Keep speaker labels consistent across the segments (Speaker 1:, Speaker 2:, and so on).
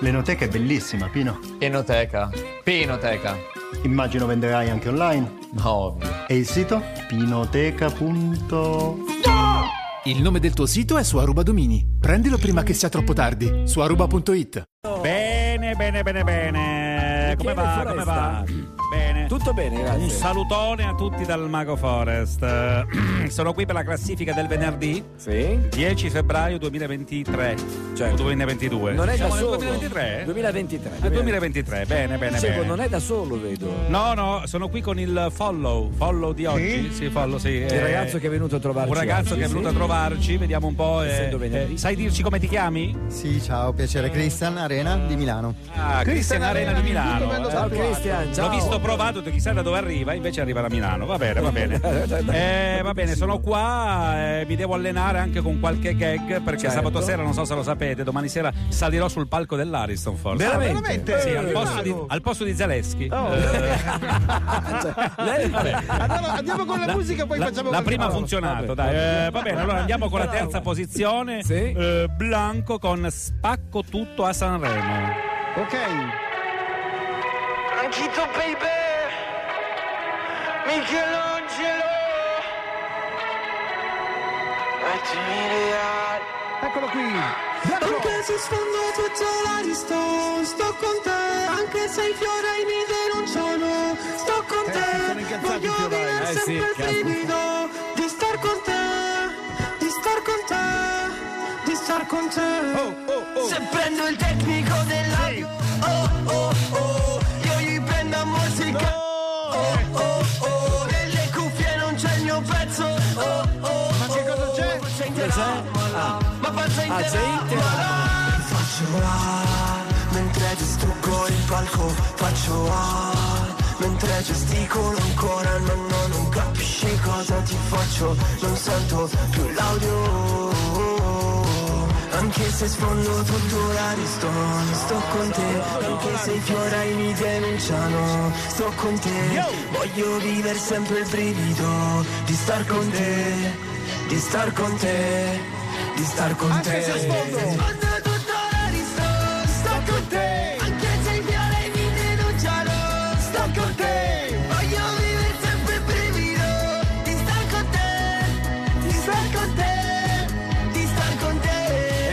Speaker 1: L'enoteca è bellissima, Pino.
Speaker 2: Enoteca. Pinoteca.
Speaker 1: Immagino venderai anche online.
Speaker 2: Ma ovvio.
Speaker 1: E il sito? Pinoteca. punto-
Speaker 3: Il nome del tuo sito è Suaruba Domini. Prendilo prima che sia troppo tardi. Suaruba.it.
Speaker 4: Bene, bene, bene, bene. Come
Speaker 5: Michele
Speaker 4: va?
Speaker 5: Foresta.
Speaker 4: Come va? Bene.
Speaker 5: Tutto bene,
Speaker 4: Un
Speaker 5: grazie.
Speaker 4: salutone a tutti dal Mago Forest. Sono qui per la classifica del venerdì
Speaker 5: Sì?
Speaker 4: 10 febbraio 2023.
Speaker 5: Certo.
Speaker 4: O 2022.
Speaker 5: Non è
Speaker 4: Siamo
Speaker 5: da
Speaker 4: nel eh?
Speaker 5: solo.
Speaker 4: 2023?
Speaker 5: 2023.
Speaker 4: Nel 2023, bene, bene,
Speaker 5: Dicevo,
Speaker 4: bene.
Speaker 5: non è da solo, vedo.
Speaker 4: No, no, sono qui con il follow, follow di oggi. Sì, follow, sì.
Speaker 5: Il ragazzo che è venuto a trovarci.
Speaker 4: eh, Un ragazzo
Speaker 5: oggi,
Speaker 4: che è
Speaker 5: sì.
Speaker 4: venuto a trovarci, vediamo un po'. eh,
Speaker 5: Essendo venerdì.
Speaker 4: eh, sai dirci come ti chiami? Eh.
Speaker 6: Sì, ciao, piacere. Cristian Arena di Milano.
Speaker 4: Ah, Cristian Arena di Milano. eh.
Speaker 5: Ciao Cristian, ciao.
Speaker 4: L'ho visto provato, ho detto, chissà da dove arriva, invece arriva da Milano. Va bene, va bene. Eh, va bene, sono qua, eh, mi devo allenare anche con qualche gag perché
Speaker 5: Certo.
Speaker 4: sabato sera, non so se lo sapete, domani sera salirò sul palco dell'Ariston forse.
Speaker 5: Veramente? Oh.
Speaker 4: Sì, al posto di, al posto di Zaleschi.
Speaker 5: Cioè, Lei-
Speaker 7: Andiamo, andiamo con la, musica, poi
Speaker 4: La,
Speaker 7: facciamo
Speaker 4: la
Speaker 7: qualche-
Speaker 4: prima ha funzionato, dai. Eh, va bene, allora andiamo con la terza posizione.
Speaker 5: Sì.
Speaker 4: Eh, Blanco con Spacco tutto a Sanremo.
Speaker 7: Ok.
Speaker 8: Anch'ito baby Michelangelo Mettimi le ali
Speaker 7: Eccolo qui. Bianco.
Speaker 9: Anche se sfondo tutto l'aristo, sto con te, anche se i fiorini denunciano, sto con
Speaker 7: Eh, sono
Speaker 9: te,
Speaker 7: incazzati i
Speaker 9: voglio
Speaker 7: fiorini.
Speaker 9: vivere
Speaker 5: Eh, sì,
Speaker 9: sempre il
Speaker 5: cazzo.
Speaker 9: brivido di star con te, di star con te, di star con te.
Speaker 7: Oh,
Speaker 8: Se prendo il tecnico dell'audio Oh oh oh Io gli prendo a musica Oh oh oh Nelle cuffie non c'è il mio pezzo Oh oh Ma
Speaker 7: che cosa c'è?
Speaker 8: Faccia intera Ma faccia
Speaker 5: Ah, c'è Inter.
Speaker 8: intera Faccio A Mentre distruggo il palco Faccio A Mentre gesticolo ancora Non, no, non capisci cosa ti faccio Non sento più l'audio anche se sfondo tutto l'aristo, sto con te, anche se i fiorai mi denunciano, sto con te, voglio vivere sempre il brivido di star con te, di star con te, di star con te.
Speaker 7: Anche se sfondo.
Speaker 8: Sfondo tutto l'aristo, sto con te, anche se i fiorai mi denunciano, sto con te, voglio vivere sempre il brivido di star con te, di star con te, di star con te.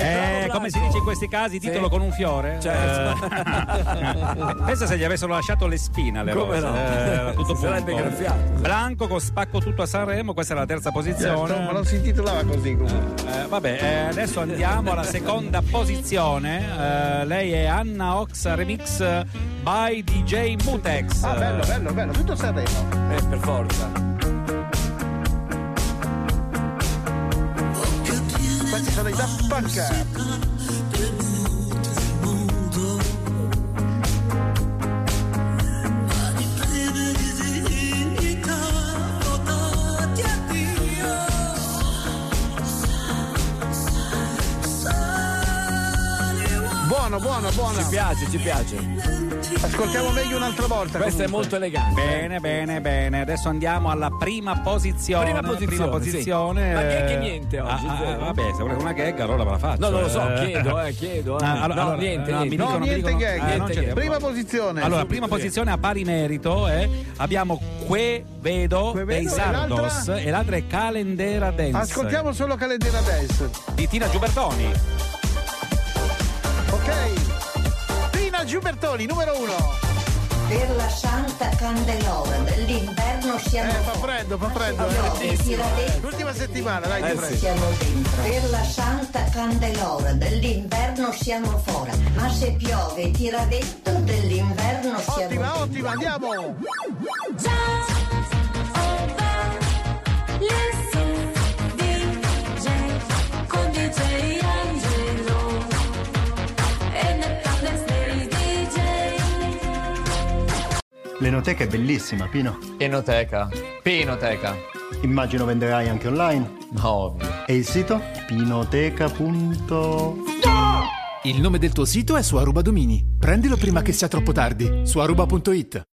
Speaker 4: Eh, come si dice in questi casi, titolo con un fiore.
Speaker 5: Certo.
Speaker 4: Eh, pensa se gli avessero lasciato le spine alle
Speaker 5: Come
Speaker 4: rose.
Speaker 5: no?
Speaker 4: Eh, era tutto
Speaker 5: Si sarebbe
Speaker 4: punto.
Speaker 5: graffiato.
Speaker 4: Blanco con spacco tutto a Sanremo, questa è la terza posizione.
Speaker 7: No, ma non si intitolava così comunque.
Speaker 4: Eh, vabbè, eh, adesso andiamo alla seconda posizione. Eh, lei è Anna Ox Remix by DJ Mutex.
Speaker 7: Ah, bello, bello, bello. Tutto Sanremo.
Speaker 5: Eh, per forza.
Speaker 7: Questi sono i da panca. Buono, buono,
Speaker 5: Ci
Speaker 7: buono.
Speaker 5: piace, ci piace.
Speaker 7: Ascoltiamo meglio un'altra volta.
Speaker 5: Questa è molto elegante.
Speaker 4: Bene, bene, bene. Adesso andiamo alla prima posizione.
Speaker 5: Prima posizione,
Speaker 4: posizione.
Speaker 5: sì. Ma
Speaker 4: Eh,
Speaker 5: gag niente oggi,
Speaker 4: ah, ah,
Speaker 5: zero.
Speaker 4: vabbè, se volete una gag allora ve la faccio.
Speaker 5: No, non lo so,
Speaker 4: Eh.
Speaker 5: chiedo, eh, chiedo. eh.
Speaker 4: Ah, allora,
Speaker 5: no,
Speaker 4: allora,
Speaker 5: niente,
Speaker 4: no, mi
Speaker 5: niente.
Speaker 4: dicono-
Speaker 7: No,
Speaker 4: mi
Speaker 7: niente
Speaker 4: dicono-
Speaker 7: gag.
Speaker 4: eh, non c'è-
Speaker 7: Prima posizione.
Speaker 4: Allora, prima posizione a pari merito è abbiamo Que Vedo
Speaker 7: Que
Speaker 4: dei
Speaker 7: Vedo, e
Speaker 4: Sardos
Speaker 7: l'altra?
Speaker 4: e l'altra è Calendera Dance
Speaker 7: Ascoltiamo solo Calendera Dance.
Speaker 4: di Tina Giubertoni.
Speaker 7: Ok. Tina Giubertoni, numero uno.
Speaker 10: Per la santa candelora dell'inverno
Speaker 7: Eh,
Speaker 10: siamo
Speaker 7: fa
Speaker 10: fuori.
Speaker 7: freddo, fa freddo.
Speaker 10: No,
Speaker 7: eh.
Speaker 10: tiradenti
Speaker 7: L'ultima settimana, dai, ti
Speaker 5: Eh,
Speaker 7: prego.
Speaker 5: sì.
Speaker 10: siamo dentro. Per la santa candelora dell'inverno siamo fuori. Ma se piove tira dentro dell'inverno siamo
Speaker 7: Ottima,
Speaker 10: dentro.
Speaker 7: ottima, andiamo.
Speaker 1: L'enoteca è bellissima, Pino.
Speaker 2: Enoteca. Pinoteca.
Speaker 1: Immagino venderai anche online.
Speaker 2: Ma ovvio.
Speaker 1: E il sito? Pinoteca. punto-
Speaker 3: Il nome del tuo sito è Suaruba Domini. Prendilo prima che sia troppo tardi. Suaruba.it.